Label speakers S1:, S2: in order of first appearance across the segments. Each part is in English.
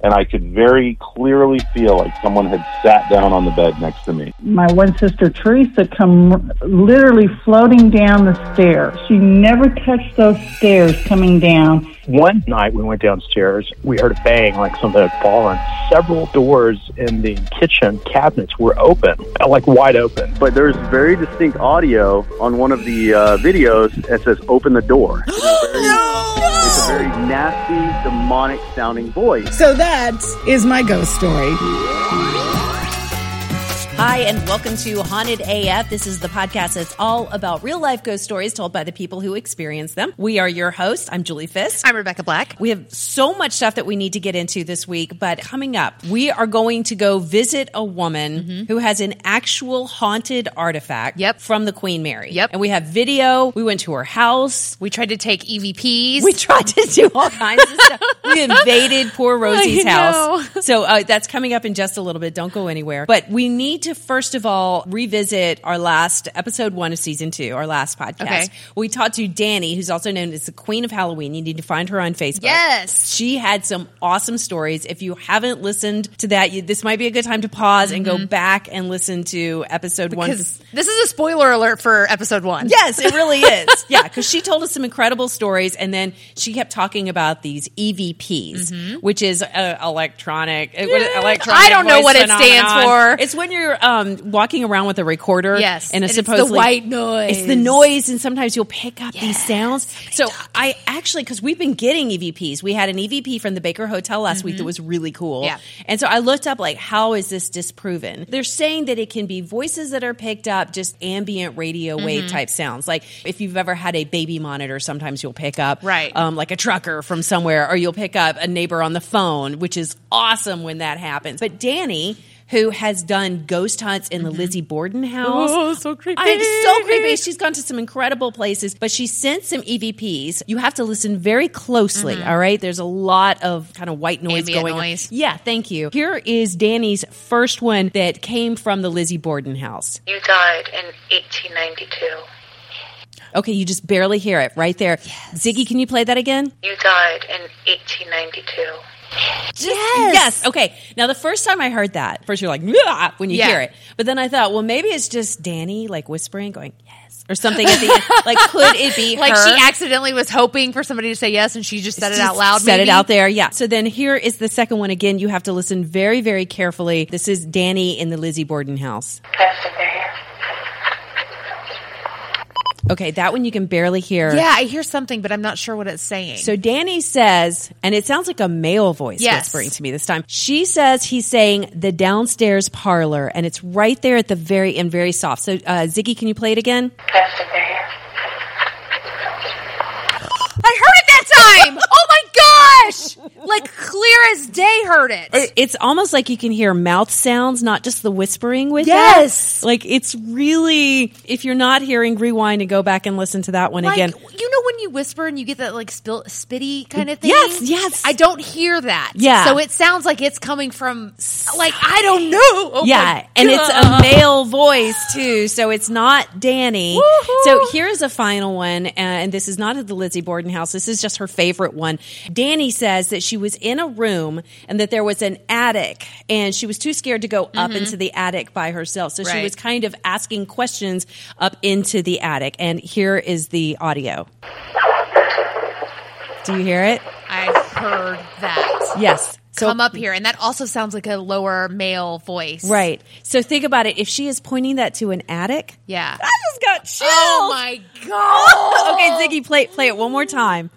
S1: and I could very clearly feel like someone had sat down on the bed next to me.
S2: My one sister Teresa come literally floating down the stairs. She never touched those stairs coming down.
S3: One night we went downstairs, we heard a bang like something had fallen. Several doors in the kitchen cabinets were open, uh, like wide open.
S4: But there's very distinct audio on one of the uh, videos that says "open the door." It's a very, it's a very nasty, demonic sounding voice.
S5: So that is my ghost story.
S6: Hi, and welcome to Haunted AF. This is the podcast that's all about real life ghost stories told by the people who experience them. We are your hosts. I'm Julie Fisk.
S7: I'm Rebecca Black.
S6: We have so much stuff that we need to get into this week, but coming up, we are going to go visit a woman who has an actual haunted artifact
S7: Mm-hmm. Yep.
S6: from the Queen Mary.
S7: Yep.
S6: And we have video. We went to her house.
S7: We tried to take EVPs.
S6: We tried to do all kinds of stuff. We invaded poor Rosie's
S7: I know.
S6: house. So uh, that's coming up in just a little bit. Don't go anywhere. But we need to first of all revisit our last episode one of season two, our last podcast.
S7: Okay.
S6: We talked to Danny, who's also known as the Queen of Halloween. You need to find her on Facebook.
S7: Yes.
S6: She had some awesome stories. If you haven't listened to that, you, this might be a good time to pause and go back and listen to episode one.
S7: Mm-hmm. Because this is a spoiler alert for episode one.
S6: Yes, it really is. yeah, because she told us some incredible stories, and then she kept talking about these EVPs, which is uh, electronic. uh, what is- electronic
S7: Mm-hmm. I don't know
S6: voice
S7: what it stands
S6: phenomenon.
S7: for.
S6: It's when you're um, walking around with a recorder.
S7: Yes,
S6: and a
S7: and it's the
S6: supposedly
S7: white noise.
S6: It's the noise, and sometimes you'll pick up these sounds. So I actually, because we've been getting EVPs, we had an EVP from the Baker Hotel last week that was really cool.
S7: Yeah.
S6: And so I looked up like how is this disproven? They're saying that it can be voices that are picked up, just ambient radio wave type sounds. Like if you've ever had a baby monitor, sometimes you'll pick up
S7: Right.
S6: um, like a trucker from somewhere, or you'll pick up a neighbor on the phone, which is awesome when that happens. But Danny. Who has done ghost hunts in the Lizzie Borden house?
S7: Mm-hmm. Oh, so creepy.
S6: I- it's so creepy. She's gone to some incredible places, but she sent some EVPs. You have to listen very closely, all right? There's a lot of kind of white noise
S7: Mm-hmm. Ambient
S6: going
S7: noise.
S6: on. Yeah, thank you. Here is Danny's first one that came from the Lizzie Borden house.
S8: You died in 1892.
S6: Okay, you just barely hear it right there. Ziggy, can you play that again?
S8: You died in 1892.
S6: Yes. Yes. Okay. Now, the first time I heard that, first you're like, "Nyah," when you
S7: Yeah.
S6: hear it. But then I thought, well, maybe it's just Danny like whispering, going, yes, or something at the end. Like, could it be
S7: Like
S6: her?
S7: she accidentally was hoping for somebody to say yes, and she just said it out
S6: Just
S7: loud.
S6: Said
S7: maybe?
S6: it out there. Yeah. So then here is the second one again. You have to listen very, very carefully. This is Danny in the Lizzie Borden house.
S8: Yes, they're here.
S6: Okay, that one you can barely hear.
S7: Yeah, I hear something, but I'm not sure what it's saying.
S6: So Danny says, and it sounds like a male voice
S7: Yes.
S6: whispering to me this time. She says he's saying the downstairs parlor, and it's right there at the very end, very soft. So uh, Ziggy, can you play it again?
S8: Yes, they're here.
S7: I heard it that time. oh my gosh! Like clear as day, heard it.
S6: It's almost like you can hear mouth sounds, not just the whispering with
S7: Yes.
S6: it. Like it's really, if you're not hearing, rewind and go back and listen to that one
S7: like,
S6: again.
S7: you know when you whisper and you get that like spill, spitty kind of thing.
S6: Yes, yes.
S7: I don't hear that.
S6: Yeah.
S7: so it sounds like it's coming from like I don't know. Oh my
S6: yeah, and it's a
S7: God.
S6: male voice too, so it's not Danny.
S7: Woohoo.
S6: So here's a final one, uh, and this is not at the Lizzie Borden house. This is just her favorite one. Danny says that she was in a room and that there was an attic, and she was too scared to go up into the attic by herself. So she
S7: Mm-hmm. Right.
S6: was kind of asking questions up into the attic, and here is the audio. Do you hear it?
S7: I heard that.
S6: Yes. So
S7: Come up here, and that also sounds like a lower male voice.
S6: Right. So think about it. If she is pointing that to an attic,
S7: Yeah.
S6: I just got chills.
S7: Oh my god.
S6: Okay, Ziggy, play play it one more time.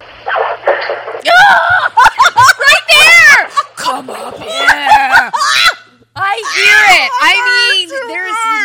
S7: right there. Come up here. I hear
S6: Oh
S7: it. I mean,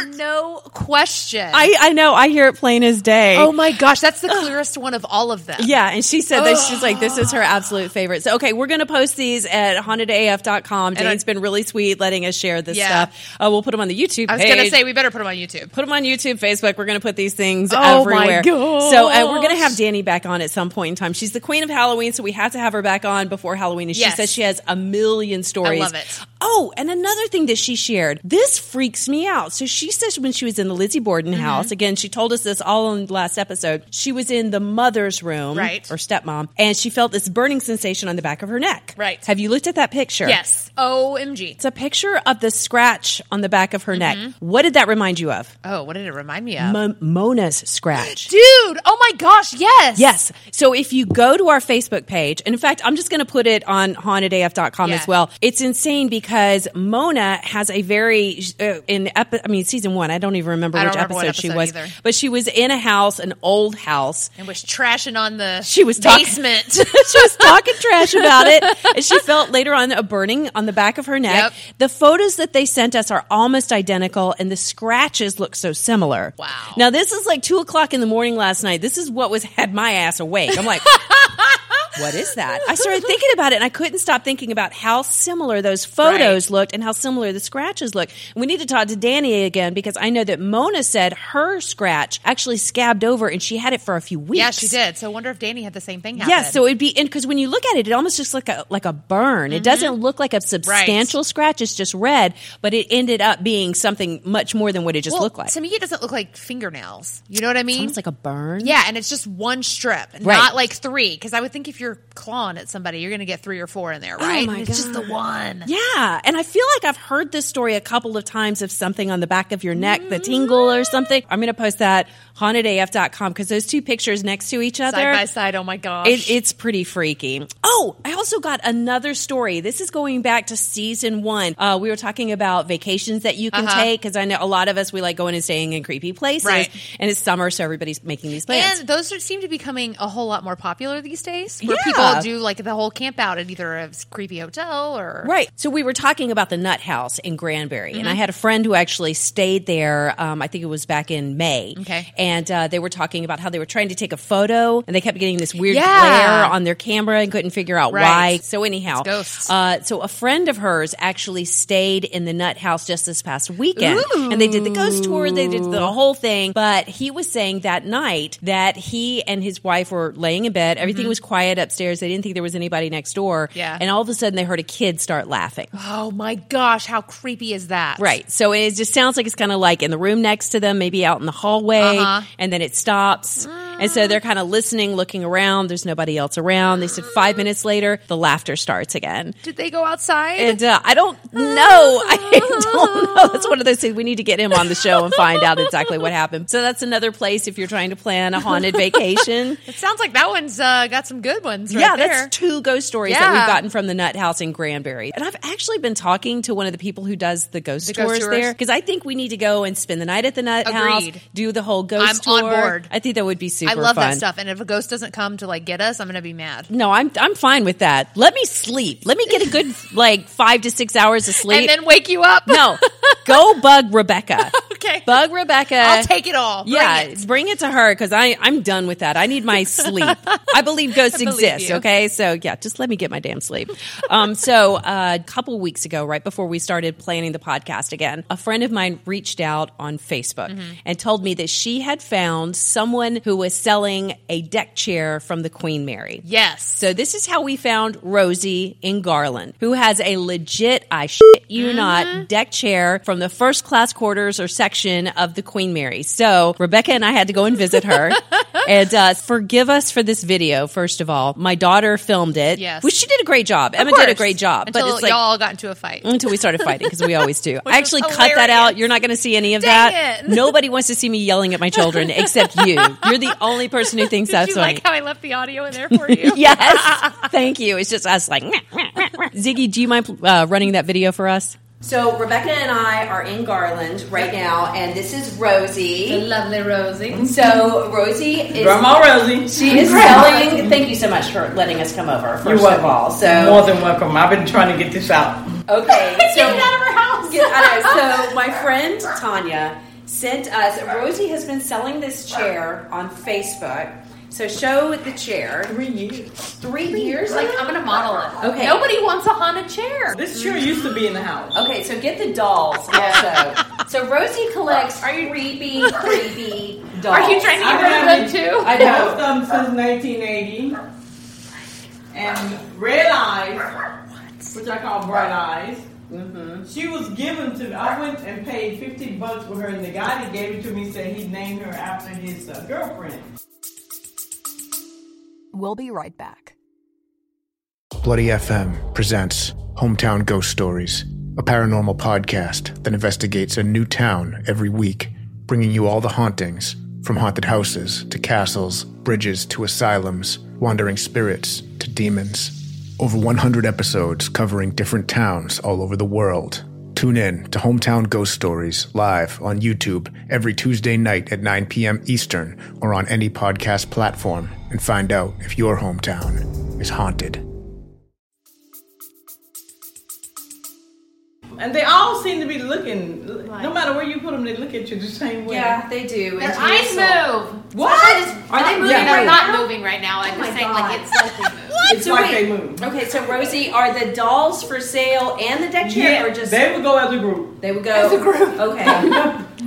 S7: there's no question.
S6: I I know. I hear it plain as day.
S7: oh my gosh, that's the clearest one of all of them.
S6: yeah, and she said that she's like, this is her absolute favorite. So, okay, we're going to post these at hauntedaf.com.
S7: And I-
S6: Dane's been really sweet letting us share this
S7: Yeah.
S6: stuff. Uh, we'll put them on the YouTube
S7: I was
S6: page.
S7: gonna say we better put them on YouTube.
S6: put them on YouTube, Facebook. We're going to put these things
S7: Oh my
S6: everywhere. So uh, we're going to
S7: gosh.
S6: have Danny back on at some point in time. She's the queen of Halloween, so we have to have her back on before Halloween. And she
S7: Yes.
S6: says she has a million stories.
S7: love it.
S6: Oh, and another thing that she shared. This freaks me out. So she says when she was in the Lizzie Borden
S7: Mm-hmm.
S6: house. Again, she told us this all in the last episode. She was in the mother's room,
S9: Right.
S6: or stepmom, and she felt this burning sensation on the back of her neck.
S9: Right.
S6: Have you looked at that picture?
S9: Yes. OMG.
S6: It's a picture of the scratch on the back of her
S7: Mm-hmm.
S6: neck. What did that remind you of?
S9: Oh, what did it remind me of?
S6: Mo- Mona's scratch.
S9: Dude. Oh my gosh. Yes.
S6: Yes. So if you go to our Facebook page, and in fact, I'm just going to put it on hauntedaf.com
S9: Yeah.
S6: as well. It's insane because Mona has a very, uh, in, epi- I mean, season one, I don't even remember
S9: I
S6: which
S9: don't remember what
S6: episode she
S9: episode
S6: was,
S9: either.
S6: but she was in a house, an old house.
S9: And was trashing on the
S6: She was talking-
S9: basement.
S6: she was talking trash about it. And she felt later on a burning on the back of her neck.
S9: Yep.
S6: The photos that they sent us are almost identical, and the scratches look so similar.
S9: Wow.
S6: Now, this is like two o'clock in the morning last night. This is what was had my ass awake. I'm like, what is that? I started thinking about it and I couldn't stop thinking about how similar those photos looked and how similar the scratches look. We need to talk to Danny again because I know that Mona said her scratch actually scabbed over and she had it for a few weeks.
S9: yeah, she did. So I wonder if Danny had the same thing happen.
S6: Yeah, so it'd be because when you look at it, it almost looks like a like a burn. It doesn't
S9: Mm-hmm.
S6: look like a substantial scratch; it's just red. But it ended up being something much more than what it just
S9: Well,
S6: looked like.
S9: to me, it doesn't look like fingernails. You know what I mean?
S6: Almost like a burn.
S9: Yeah, and it's just one strip,
S6: Right.
S9: not like three. Because I would think if you're clawing at somebody, you're going to get three or four in there, right?
S6: Oh my
S9: it's just the one.
S6: Yeah, and I feel like I've heard this story a couple of times of something on the back of your neck, the tingle or something. I'm going to post that hauntedaf.com because those two pictures next to each other,
S9: Side by side. Oh my gosh.
S6: It, it's pretty freaky. Oh, I also got another story. This is going back to season one. Uh, we were talking about vacations that you can take because I know a lot of us we like going and staying in creepy places,
S9: Uh-huh. Right.
S6: and it's summer, so everybody's making these plans.
S9: and those are, seem to be becoming a whole lot more popular these days, where
S6: Yeah.
S9: people do like the whole camp out at either a creepy hotel or
S6: Right. So we were talking about the Nut House in Granbury, and I
S9: Mm-hmm.
S6: had a friend who actually stayed there. Um, I think it was back in May.
S9: Okay.
S6: And uh, they were talking about how they were trying to take a photo, and they kept getting this weird
S9: Yeah.
S6: glare on their camera and couldn't figure out why.
S9: Right.
S6: So anyhow,
S9: ghosts.
S6: Uh, so a friend of hers actually stayed in the Nut House just this past weekend, and they did the ghost tour. They did the whole thing. But he was saying that night that he and his wife were laying in bed. Everything was quiet upstairs. They didn't think there was anybody next door.
S9: Yeah.
S6: And all of a sudden, they heard a kid start laughing.
S9: Oh my gosh, how creepy is that?
S6: Right. So it just sounds like it's kind of like in the room next to them, maybe out in the hallway, and then it stops. And so they're kind of listening, looking around. There's nobody else around. They said five minutes later, the laughter starts again.
S9: Did they go outside?
S6: And uh, I don't know. I don't know. That's one of those things we need to get him on the show and find out exactly what happened. So that's another place if you're trying to plan a haunted vacation.
S9: it sounds like that one's uh, got some good ones. Right
S6: yeah,
S9: there.
S6: that's two ghost stories that
S9: Yeah.
S6: we've gotten from the Nut House in Granbury. And I've actually been talking to one of the people who does the ghost
S9: The ghost
S6: tours,
S9: tours.
S6: there because I think we need to go and spend the night at the Nut House,
S9: Agreed.
S6: do the whole ghost
S9: I'm on
S6: tour.
S9: board.
S6: I think that would be super
S9: I love
S6: fun.
S9: that stuff. And if a ghost doesn't come to like get us, I'm going to be mad.
S6: No, I'm I'm fine with that. Let me sleep. Let me get a good like five to six hours of sleep.
S9: And then wake you up.
S6: no, go bug Rebecca.
S9: Okay.
S6: bug Rebecca.
S9: I'll take it all. Bring
S6: Yeah,
S9: it.
S6: bring it to her because I I'm done with that. I need my sleep. I believe ghosts
S9: believe
S6: exist.
S9: you.
S6: Okay, so yeah, just let me get my damn sleep. Um, so uh, a couple weeks ago, right before we started planning the podcast again, a friend of mine reached out on Facebook
S9: Mm-hmm.
S6: and told me that she had found someone who was selling a deck chair from the Queen Mary.
S9: Yes.
S6: So this is how we found Rosie in Garland, who has a legit, I shit you
S9: Mm-hmm.
S6: not, deck chair from the first class quarters or section of the Queen Mary. So Rebecca and I had to go and visit her. and uh, forgive us for this video, first of all. My daughter filmed it.
S9: Yes.
S6: Which she did a great job. Emma did a
S9: course.
S6: great job.
S9: Until
S6: but it's like, Mm,
S9: y'all got into a fight.
S6: until we started fighting because we always do. I
S9: was
S6: actually cut that out.
S9: hilarious.
S6: You're not going to see any of
S9: Dang
S6: that.
S9: it.
S6: Nobody wants to see me yelling at my children except you. You're the only person who thinks
S9: Did
S6: that's
S9: you
S6: funny.
S9: like how I left the audio in there for you?
S6: Yes. Thank you. It's just us like, "Meh, meh, meh, meh." Ziggy, do you mind uh, running that video for us? So, Rebecca and I are in Garland right now, and this is Rosie.
S9: Lovely Rosie.
S6: So, Rosie is.
S10: Grandma Rosie.
S6: She is selling. Thank you so much for letting us come over, first
S10: You're welcome.
S6: of all.
S10: More
S6: So,
S10: than welcome. I've been trying to get this out.
S6: okay. So,
S9: of her house.
S6: Yeah, I know. So my friend Tanya sent us. Rosie has been selling this chair on Facebook. So show the chair. Three years. Three years.
S9: Like I'm gonna model it.
S6: Okay.
S9: Nobody wants a haunted chair.
S10: This chair used to be in the house.
S6: Okay, so get the dolls also. so Rosie collects creepy, creepy dolls.
S9: Are you trying to get rid of them too?
S6: I
S10: I
S6: know.
S10: was them since 1980 and realized which I call Bright Eyes. She was given to me. I went and paid 50 bucks for her, and the guy that gave it to me said he named her after his uh, girlfriend.
S11: We'll be right back.
S12: Bloody FM presents Hometown Ghost Stories, a paranormal podcast that investigates a new town every week, bringing you all the hauntings from haunted houses to castles, bridges to asylums, wandering spirits to demons. Over 100 episodes covering different towns all over the world. Tune in to Hometown Ghost Stories live on YouTube every Tuesday night at 9 p.m. Eastern or on any podcast platform and find out if your hometown is haunted.
S10: And they all seem to be looking, no matter where you put them, they look at you the same way.
S7: Yeah, they do. Their
S10: It's
S7: eyes
S10: weird, so-
S7: move.
S10: What?
S7: That's why this-
S10: Are they moving
S7: Yeah,
S10: right
S7: they're not
S10: now?
S7: moving right now. I'm
S6: Oh my
S7: just saying,
S6: God.
S7: like, it's like they move.
S6: It's So like wait. they move. Okay, so Rosie, are the dolls for sale and the deck chair,
S10: Yeah,
S6: or just
S10: they would go as a group.
S6: They would go as a group. Okay.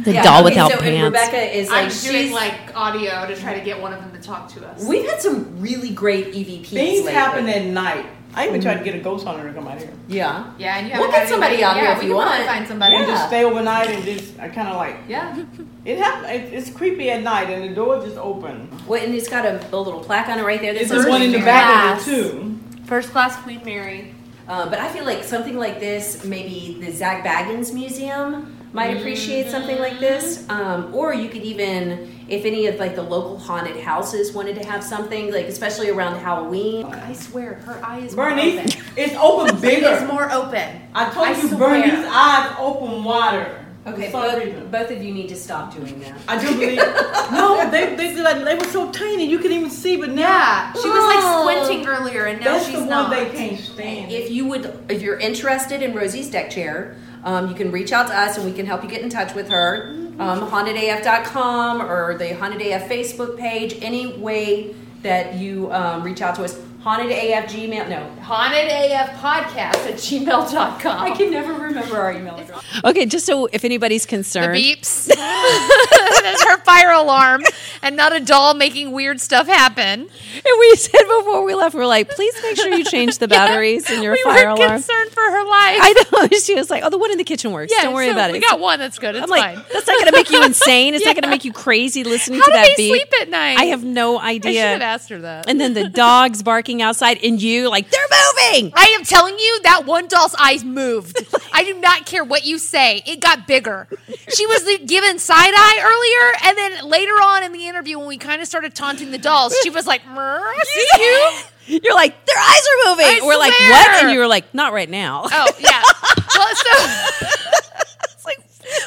S7: The
S6: Yeah,
S7: doll
S6: okay,
S7: without
S6: so if
S7: pants.
S6: Rebecca is like
S7: I'm
S6: she's.
S7: doing like audio to try to get one of them to talk to us.
S6: we've had some really great EVPs.
S10: Things
S6: lately.
S10: happen at night. I even tried to get a ghost hunter to come out here.
S6: Yeah.
S7: Yeah, and you
S6: We'll
S7: haven't
S6: get
S7: had
S6: somebody
S7: anybody-
S6: out here
S7: yeah,
S6: if
S7: we
S6: you
S7: can probably
S6: want.
S7: Find somebody.
S10: And just stay overnight and just, I kind of like,
S7: Yeah.
S10: it happen, it, it's creepy at night and the door just open.
S6: Well, and it's got a, a little plaque on it right there. that
S10: It's
S6: says
S10: just one in the
S6: Mary.
S10: back of it too.
S7: First class Queen Mary.
S6: Uh, but I feel like something like this, maybe the Zach Baggins Museum might appreciate something like this. Um, or you could even, if any of like the local haunted houses wanted to have something, like especially around Halloween.
S7: I swear, her eye is more
S10: Bernice,
S7: open.
S10: it's open
S7: It is
S10: bigger.
S7: more open.
S10: I told
S7: I
S10: you,
S7: swear.
S10: Bernie's eyes open wider.
S6: Okay,
S10: For some
S6: both,
S10: reason.
S6: both of you need to stop doing that.
S10: I do believe. no, they they did like they were so tiny you couldn't even see, but now
S7: Yeah, she was
S6: Oh.
S7: like squinting earlier, and now
S10: that's
S7: she's
S10: the one
S7: not.
S10: they can't stand.
S6: If you would, if you're interested in Rosie's deck chair, um, you can reach out to us and we can help you get in touch with her. Um, hauntedaf.com or the Haunted AF Facebook page. Any way that you um, reach out to us, haunted AF Gmail. No,
S7: Haunted AF podcast at gmail.com.
S6: I can never remember our email address. Okay, just so if anybody's concerned,
S7: beeps. That's her fire alarm, and not a doll making weird stuff happen.
S6: and we said before we left, we are like, please make sure you change the batteries in your
S7: we
S6: fire
S7: were
S6: alarm.
S7: concerned for her life.
S6: I know. She was like, oh, the one in the kitchen works.
S7: Yeah,
S6: Don't worry
S7: so
S6: about
S7: we
S6: it.
S7: got one. That's good. It's
S6: I'm like,
S7: fine.
S6: that's not going to make you insane. It's not going to make you crazy listening
S7: How
S6: to
S7: do
S6: that
S7: they
S6: beat.
S7: sleep at night?
S6: I have no
S7: I should
S6: idea.
S7: have asked her that.
S6: and then the dogs barking outside, and you like they're moving.
S7: I am telling you that one doll's eyes moved. I do not care what you say. It got bigger. She was the- given side eye earlier, and then later on in the interview, when we kind of started taunting the dolls, she was like, "Mer, see you."
S6: You're like their eyes are moving.
S7: I
S6: We're like
S7: swear.
S6: what? And you were like not right now.
S7: Oh yeah. Well, so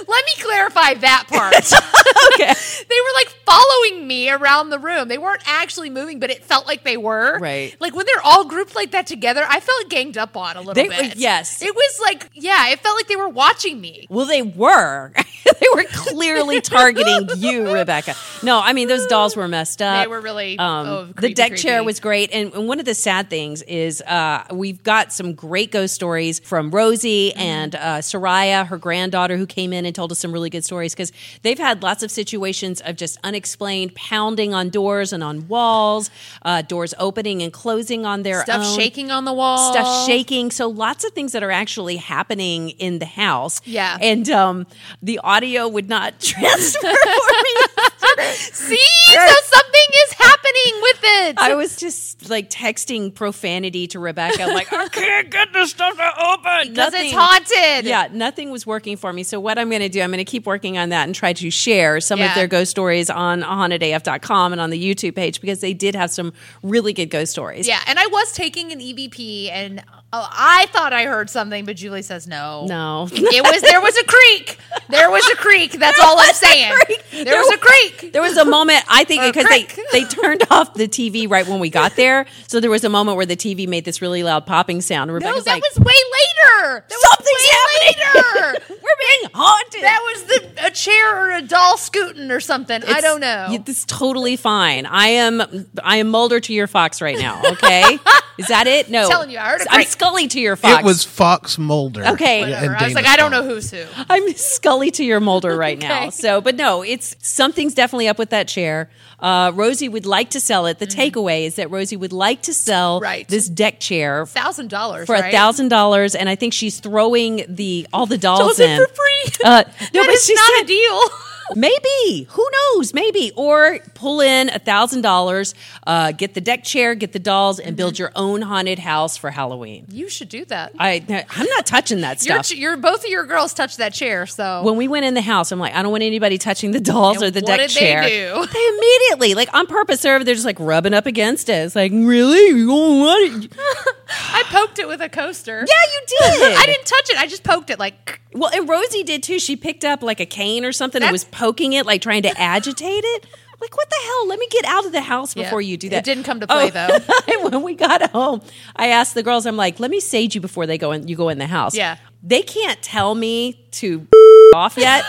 S7: let me clarify that part. Oh.
S6: okay.
S7: They were like following me around the room. They weren't actually moving, but it felt like they were.
S6: Right.
S7: Like when they're all grouped like that together, I felt ganged up on a little
S6: They- uh,
S7: bit.
S6: yes.
S7: It was like, yeah, it felt like they were watching me.
S6: Well, they were. they were clearly targeting you, Rebecca. No, I mean those dolls were messed up.
S7: They were really,
S6: Um,
S7: oh,
S6: the
S7: creepy,
S6: deck chair
S7: creepy.
S6: was great, and, and one of the sad things is uh, we've got some great ghost stories from Rosie
S7: Mm-hmm.
S6: and uh, Soraya, her granddaughter, who came in and told us some really good stories because they've had lots of situations of just unexplained pounding on doors and on walls, uh, doors opening and closing on their
S7: Stuff
S6: own
S7: shaking on the wall.
S6: stuff shaking. So lots of things that are actually happening in the house.
S7: Yeah.
S6: And um, the audio would not transfer for me.
S7: See? So something is happening with it.
S6: I was just like texting profanity to Rebecca. I'm like, "Oh, I can't get this stuff to open.
S7: because it's
S6: Nothing-
S7: haunted.
S6: Yeah, nothing was working for me. So what I'm going to do, I'm going to keep working on that and try to share some of
S7: Yeah.
S6: their ghost stories on hauntedaf.com and on the YouTube page because they did have some really good ghost stories.
S7: Yeah, and I was taking an EVP, and uh, I thought I heard something, but Julie says no.
S6: No.
S7: It was there was a creek. There was a creek. That's all I'm saying. There was a creek.
S6: There was a moment I think
S7: Or
S6: because they
S7: crick.
S6: they turned off the TV right when we got there, so there was a moment where the TV made this really loud popping sound.
S7: No,
S6: Rebecca's
S7: that
S6: like,
S7: was way later. That
S6: "Something's
S7: was way
S6: happening!
S7: later.
S6: We're being haunted."
S7: That was the a chair or a doll scooting or something. I
S6: It's-
S7: don't know.
S6: y- It's totally fine. I am I am Mulder to your Fox right now. Okay, is that it? No,
S7: Telling you, I heard a
S6: I'm
S7: great-
S6: Scully to your Fox.
S11: It was Fox Mulder.
S6: Okay.
S11: and
S6: Whatever. I
S7: I
S11: Dana
S7: was like, I don't know who's who.
S6: I'm Scully to your Mulder right now. So, but no, it's something's definitely up with that chair. Uh, Rosie would like to sell it. The takeaway is that Rosie would like to sell
S7: Mm. Right.
S6: this deck chair
S7: Thousand dollars
S6: for a thousand dollars, and I think she's throwing the all the dolls
S7: Those are
S6: in.
S7: for free.
S6: Uh, no,
S7: That
S6: but
S7: is
S6: she
S7: not
S6: said,
S7: a deal.
S6: Maybe. Who knows? Maybe. Or pull in a thousand dollars, uh, get the deck chair, get the dolls, and
S7: Mm-hmm.
S6: build your own haunted house for Halloween.
S7: You should do that.
S6: I I'm not touching that
S7: Your,
S6: stuff.
S7: ch- your both of your girls touched that chair, so
S6: when we went in the house, I'm like, I don't want anybody touching the dolls
S7: Oh. And
S6: or the
S7: what
S6: deck
S7: did they
S6: chair.
S7: do?
S6: They immediately, like on purpose, they're, they're just like rubbing up against it. It's like, really? You don't want it?
S7: I poked it with a coaster.
S6: Yeah, you did.
S7: I didn't touch it. I just poked it like
S6: Well, and Rosie did too. She picked up like a cane or something and was poking it, like trying to agitate it. Like, what the hell? Let me get out of the house
S7: Yeah.
S6: before you do that.
S7: It didn't come to play, though.
S6: though. when we got home, I asked the girls, I'm like, let me sage you before they go in you go in the house.
S7: Yeah.
S6: They can't tell me to off yet.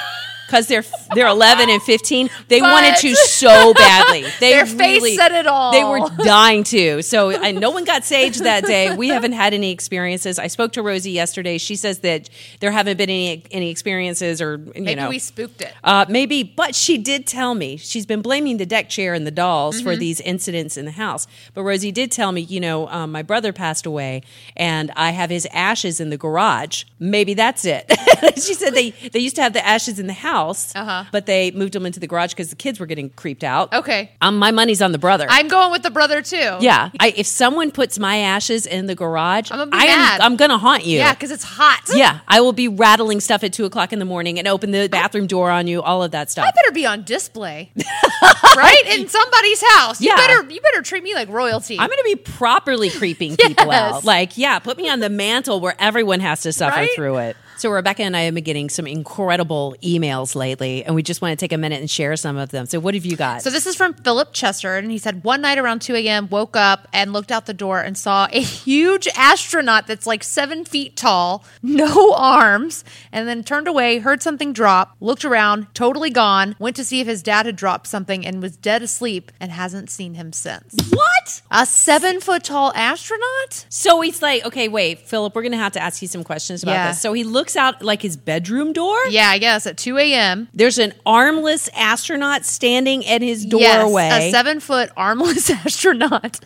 S6: Because they're they're eleven and fifteen, they wanted
S7: But-
S6: to so badly. They
S7: Their face
S6: really-
S7: said it all.
S6: They were dying to. So and no one got sage that day. We haven't had any experiences. I spoke to Rosie yesterday. She says that there haven't been any any experiences or you
S7: maybe
S6: know
S7: we spooked it.
S6: uh, maybe, but she did tell me she's been blaming the deck chair and the dolls
S7: Mm-hmm.
S6: for these incidents in the house. But Rosie did tell me, you know, um, my brother passed away, and I have his ashes in the garage. Maybe that's it. she said they they used to have the ashes in the house,
S7: Uh-huh.
S6: but they moved them into the garage because the kids were getting creeped out.
S7: Okay,
S6: Um, my money's on the brother.
S7: I'm going with the brother too.
S6: yeah, I, if someone puts my ashes in the garage,
S7: I'm gonna be
S6: I am-
S7: mad.
S6: I'm gonna haunt you.
S7: yeah, because it's hot.
S6: Yeah, I will be rattling stuff at two o'clock in the morning and open the bathroom door on you, all of that stuff.
S7: I better be on display, right in somebody's house. You
S6: Yeah.
S7: better you better treat me like royalty.
S6: I'm going to be properly creeping people out. Like, yeah, put me on the mantle where everyone has to suffer
S7: Right?
S6: through it. So, Rebecca and I have been getting some incredible emails lately, and we just want to take a minute and share some of them. So, what have you got?
S7: So this is from Philip Chester, and he said one night around 2 a.m. woke up and looked out the door and saw a huge astronaut that's like seven feet tall, no arms, and then turned away, heard something drop, looked around, totally gone, went to see if his dad had dropped something, and was dead asleep and hasn't seen him since.
S6: what?
S7: A seven foot tall astronaut?
S6: So he's like, okay, wait, Philip, we're going to have to ask you some questions about
S7: Yeah.
S6: this. So he looks out like his bedroom door.
S7: Yeah, I guess at 2 a.m.
S6: There's an armless astronaut standing at his
S7: Yes,
S6: doorway.
S7: a seven foot armless astronaut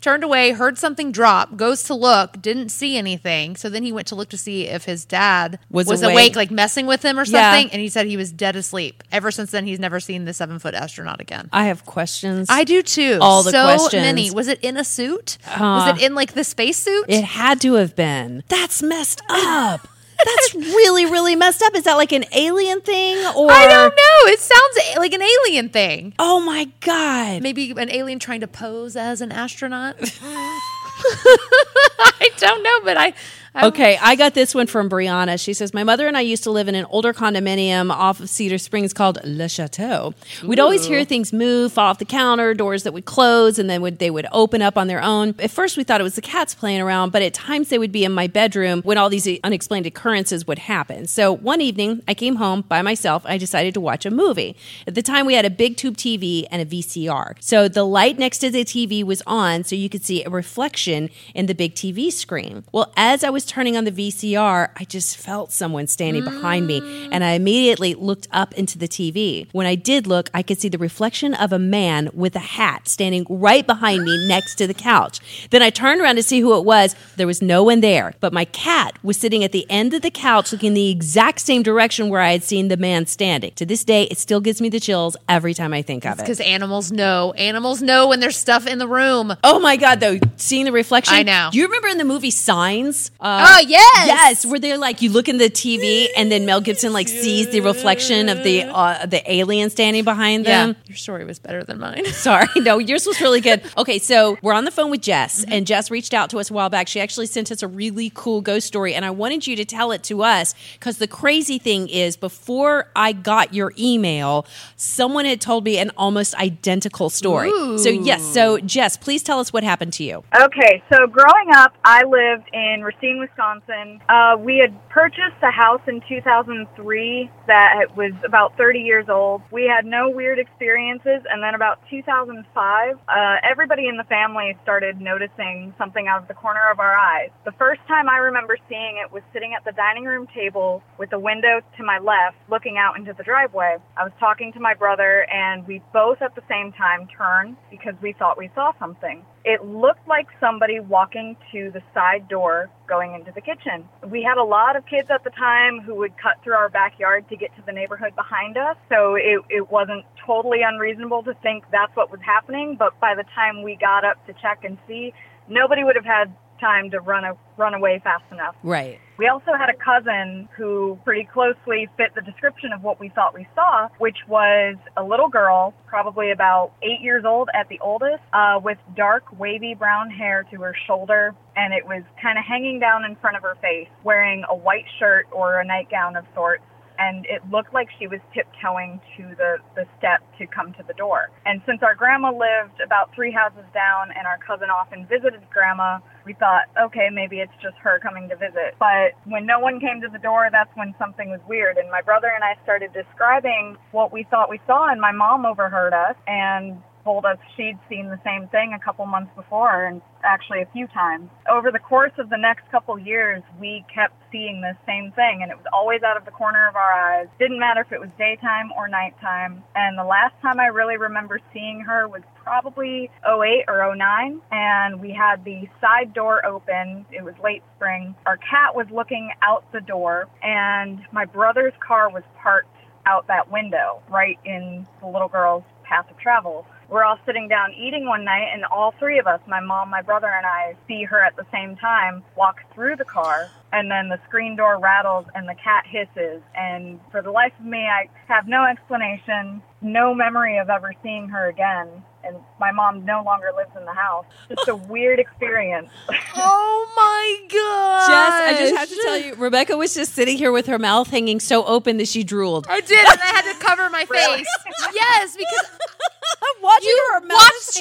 S7: turned away, heard something drop, goes to look, didn't see anything. So then he went to look to see if his dad
S6: Was
S7: was,
S6: awake.
S7: awake. like messing with him or
S6: Yeah.
S7: something. And he said he was dead asleep. Ever since then, he's never seen the seven foot astronaut again.
S6: I have questions.
S7: I do too.
S6: All the
S7: so
S6: questions.
S7: many. Was it in a suit?
S6: Uh,
S7: was it in like the spacesuit?
S6: It had to have been. That's messed up. That's really, really messed up. Is that like an alien thing or
S7: I don't know. It sounds eh, like an alien thing.
S6: Oh my god.
S7: Maybe an alien trying to pose as an astronaut. I don't know, but I. I'm-
S6: Okay, I got this one from Brianna. She says, My mother and I used to live in an older condominium off of Cedar Springs called Le Chateau. We'd always hear things move, fall off the counter, doors that would close, and then would, they would open up on their own. At first, we thought it was the cats playing around, but at times they would be in my bedroom when all these unexplained occurrences would happen. So one evening, I came home by myself. I decided to watch a movie. At the time, we had a big tube TV and a VCR. So the light next to the TV was on, so you could see a reflection in the big TV screen. Well, as I was turning on the VCR, I just felt someone standing behind me, and I immediately looked up into the TV. When I did look, I could see the reflection of a man with a hat standing right behind me next to the couch. Then I turned around to see who it was. There was no one there, but my cat was sitting at the end of the couch looking the exact same direction where I had seen the man standing. To this day, it still gives me the chills every time I think of it.
S7: Because animals know. Animals know when there's stuff in the room.
S6: Oh my God, though, seeing the reflection.
S7: I know.
S6: Do you remember in the movie Signs? Uh,
S7: Oh, yes.
S6: Yes, where they're like, you look in the TV and then Mel Gibson like sees the reflection of the uh, the alien standing behind them.
S7: Your story was better than mine.
S6: Sorry, no, yours was really good. Okay, so we're on the phone with Jess,
S7: Mm-hmm.
S6: and Jess reached out to us a while back. She actually sent us a really cool ghost story, and I wanted you to tell it to us because the crazy thing is, before I got your email, someone had told me an almost identical story. So, yes, so Jess, please tell us what happened to you.
S13: Okay, so growing up, I lived in Racine,
S11: Wisconsin. Uh, we had purchased a house in 2003 that was about 30 years old. We had no weird experiences, and then about 2005, uh, everybody in the family started noticing something out of the corner of our eyes. The first time I remember seeing it was sitting at the dining room table with the window to my left looking out into the driveway. I was talking to my brother, and we both at the same time turned because we thought we saw something. It looked like somebody walking to the side door going into the kitchen. We had a lot of kids at the time who would cut through our backyard to get to the neighborhood behind us, so it, it wasn't totally unreasonable to think that's what was happening, but by the time we got up to check and see, nobody would have had time to run, a, run away fast enough.
S6: Right.
S11: We also had a cousin who pretty closely fit the description of what we thought we saw, which was a little girl, probably about eight years old at the oldest, uh, with dark, wavy brown hair to her shoulder, and it was kind of hanging down in front of her face, wearing a white shirt or a nightgown of sorts and it looked like she was tiptoeing to the, the step to come to the door. And since our grandma lived about three houses down and our cousin often visited grandma, we thought, okay, maybe it's just her coming to visit. But when no one came to the door, that's when something was weird. And my brother and I started describing what we thought we saw, and my mom overheard us and told us she'd seen the same thing a couple months before and actually a few times. Over the course of the next couple years, we kept seeing the same thing and it was always out of the corner of our eyes. Didn't matter if it was daytime or nighttime. And the last time I really remember seeing her was probably 08 or 09 and we had the side door open it was late spring our cat was looking out the door and my brother's car was parked out that window right in the little girl's path of travel we're all sitting down eating one night, and all three of us my mom, my brother, and I see her at the same time walk through the car, and then the screen door rattles and the cat hisses. And for the life of me, I have no explanation, no memory of ever seeing her again. And my mom no longer lives in the house. Just a weird experience.
S7: oh my god!
S6: Jess, I just have to tell you, Rebecca was just sitting here with her mouth hanging so open that she drooled.
S7: I did, and I had to cover my face. yes, because
S6: I'm watching
S7: you
S6: her mouth
S7: watched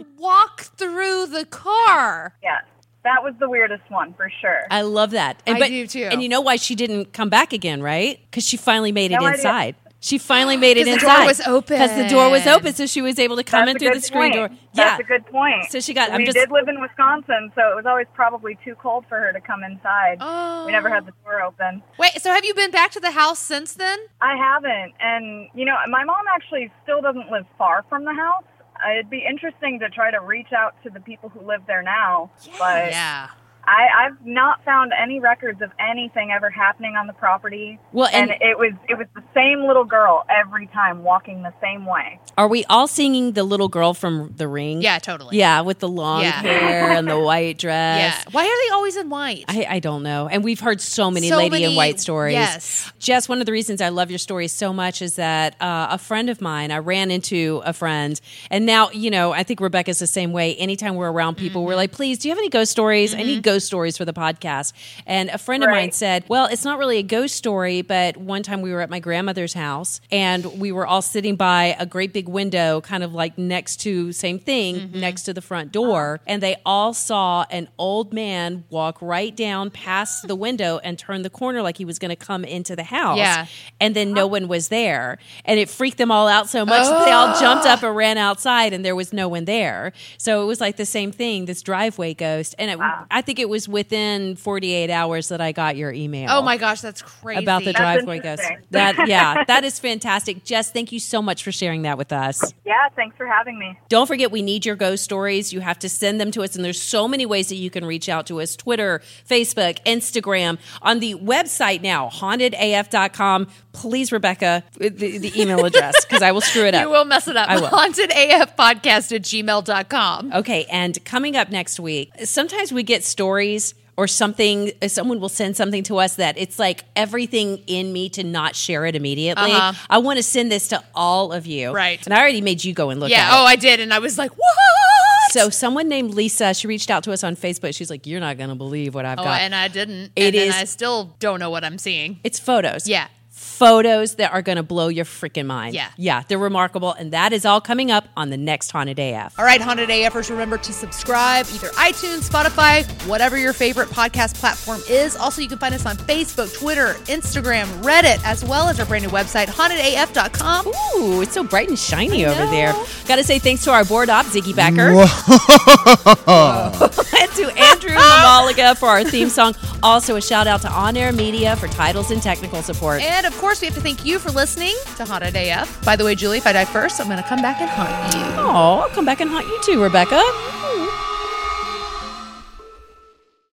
S7: her walk through the car.
S11: Yeah. That was the weirdest one for sure.
S6: I love that. And,
S7: I do, too.
S6: And you know why she didn't come back again, right? Because she finally made it
S11: No idea.
S6: inside. She finally made it
S7: 'Cause the door
S6: inside.
S7: was open.
S6: Because the door was open, so she was able to come
S11: That's
S6: in
S11: a
S6: through
S11: good
S6: the screen
S11: point.
S6: door.
S11: That's
S6: yeah.
S11: a good point.
S6: So she got-
S11: We
S6: I'm just-
S11: did live in Wisconsin, so it was always probably too cold for her to come inside. We never had the
S6: Oh.
S11: door open.
S7: Wait, so have you been back to the house since then?
S11: I haven't. And, you know, my mom actually still doesn't live far from the house. Uh, It'd be interesting to try to reach out to the people who live there now. But
S7: yeah.
S11: I, I've not found any records of anything ever happening on the property.
S6: Well, and-
S11: it was it was the same little girl every time walking the same way.
S6: Are we all singing the little girl from The Ring?
S7: Yeah, totally.
S6: Yeah, with the long
S7: Yeah.
S6: hair and the white dress.
S7: Yeah. Why are they always in white?
S6: I, I don't know. And we've heard so many
S7: So
S6: lady in
S7: many-
S6: white stories.
S7: yes.
S6: Jess, one of the reasons I love your story so much is that uh, a friend of mine, I ran into a friend, and now, you know, I think Rebecca's the same way. Anytime we're around people, we're like, please, do you have any ghost stories? I need ghost stories for the podcast. And a friend of mine
S11: Right.
S6: said, well, it's not really a ghost story, but one time we were at my grandmother's house and we were all sitting by a great big window, kind of like next to, same thing,
S7: Mm-hmm.
S6: next to the front door. And they all saw an old man walk right down past the window and turn the corner like he was going to come into the house.
S7: Yeah.
S6: And then no one was there. And it freaked them all out so much that they
S7: Oh.
S6: all jumped up and ran outside and there was no one there. So it was like the same thing, this driveway ghost. And it, I think it was within 48 hours that I got your email
S7: Oh my gosh, that's crazy.
S6: about the driveway ghost.
S11: interesting.
S6: That yeah, that is fantastic. Jess, thank you so much for sharing that with us.
S11: Yeah, thanks for having me.
S6: Don't forget we need your ghost stories. You have to send them to us and there's so many ways that you can reach out to us. Twitter, Facebook, Instagram, on the website now, hauntedaf.com. Please Rebecca the, the email address cuz I will screw it up.
S7: You will mess it up.
S6: I will.
S7: HauntedAFpodcast at gmail.com.
S6: Okay, and coming up next week, sometimes we get stories or something someone will send something to us that it's like everything in me to not share it immediately.
S7: Uh-huh.
S6: I want to send this to all of you.
S7: Right.
S6: And I already made you go and look
S7: Yeah.
S6: at
S7: Oh,
S6: it.
S7: I did. And I was like, what?
S6: So someone named Lisa, she reached out to us on Facebook. She's like, "You're not going to believe what I've
S7: Oh,
S6: got."
S7: and I didn't.
S6: It
S7: and then
S6: is-
S7: I still don't know what I'm seeing.
S6: it's photos.
S7: Yeah.
S6: photos that are going to blow your freaking mind.
S7: Yeah.
S6: Yeah, they're remarkable. And that is all coming up on the next Haunted AF.
S7: All right, Haunted AFers, remember to subscribe either iTunes, Spotify, whatever your favorite podcast platform is. Also, you can find us on Facebook, Twitter, Instagram, Reddit, as well as our brand new website, hauntedaf.com.
S6: Ooh, it's so bright and shiny over there. Got to say thanks to our board op, Ziggy Becker. and to Andrew Mamaliga for our theme song. Also, a shout out to On Air Media for titles and technical support.
S7: And of course, we have to thank you for listening to Haunted AF. By the way, Julie, if I die first, I'm going to come back and haunt you.
S6: Oh, I'll come back and haunt you too, Rebecca.